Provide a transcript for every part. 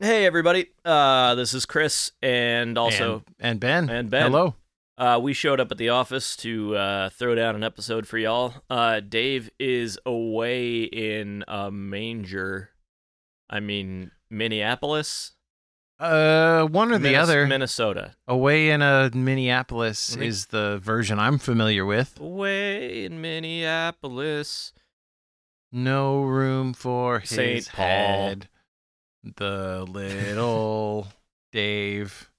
Hey, everybody. Uh, this is Chris, and also and, and Ben and Ben. Hello. uh, we showed up at the office to uh, throw down an episode for y'all. Uh, Dave is away in a manger. I mean, Minneapolis Uh, one or the Minnes- other. Minnesota. Away in a Minneapolis I think- is the version I'm familiar with. Away in Minneapolis. No room for his Saint Paul. head. The little Dave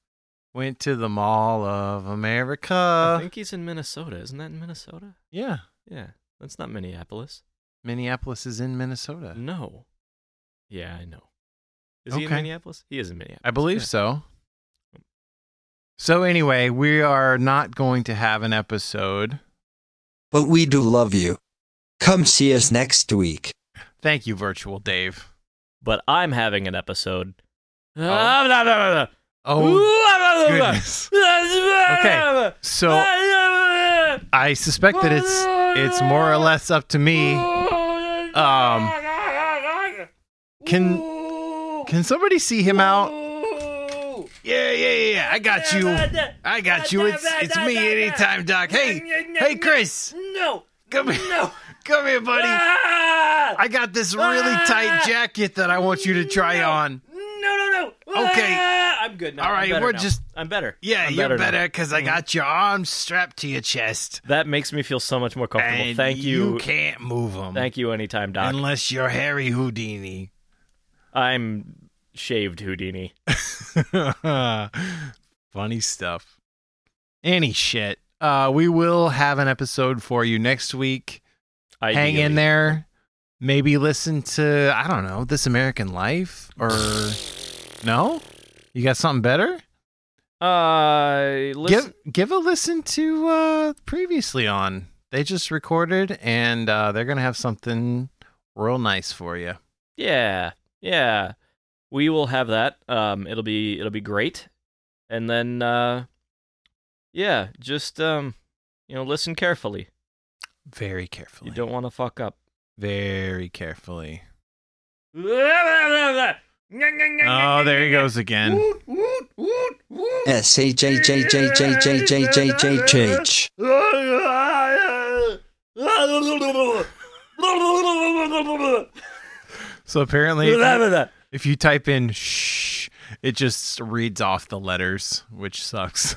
went to the Mall of I America. think he's in Minnesota. Isn't that in Minnesota? yeah, Yeah, that's not Minneapolis. Minneapolis is in Minnesota. No. Yeah, I know. Is he in Okay. Minneapolis? He is in Minneapolis. I believe yeah. so. So anyway, we are not going to have an episode. But we do love you. Come see us next week. Thank you, virtual Dave. But I'm having an episode. Ah, Oh goodness. Okay, So I suspect that it's it's more or less up to me. Um, can can somebody see him out? Yeah, yeah, yeah, yeah. I got you. I got you. It's it's me anytime, Doc. Hey, hey, Chris. No. Ah. Come here. Come here, buddy. I got this really tight jacket that I want you to try on. No, no, no. Okay. Ah, I'm good now. All right, I'm better we're now. just- I'm better. Yeah, I'm you're now. Mm-hmm. better because I got your arms strapped to your chest, That makes me feel so much more comfortable. and Thank you. You can't move them. Thank you anytime, Doc. Unless you're Harry Houdini. I'm shaved Houdini. Funny stuff. Any shit. Uh, we will have an episode for you next week. Hang in Ideally. there. Maybe listen to I don't know This American Life or no? You got something better? Uh, listen, Give give a listen to uh, previously on. They just recorded and uh, they're gonna have something real nice for you. yeah, yeah. We will have that. Um, it'll be it'll be great, and then uh, yeah, just um, you know, listen carefully. Very carefully. You don't want to fuck up. very carefully. Oh, there he goes again. S H H H H H H H H H H. So apparently, if you- if you type in shh, it just reads off the letters, which sucks.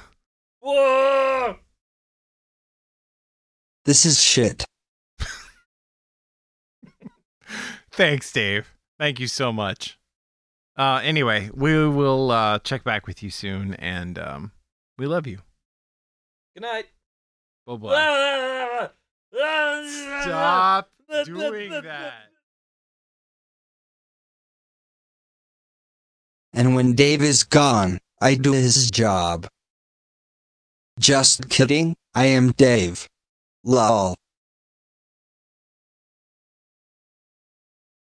This is shit. Thanks, Dave. Thank you so much. Uh, anyway, we will uh, check back with you soon, and um, we love you. Good night. Bye bye. Stop doing that. And when Dave is gone, I do his job. Just kidding, I am Dave. Lol.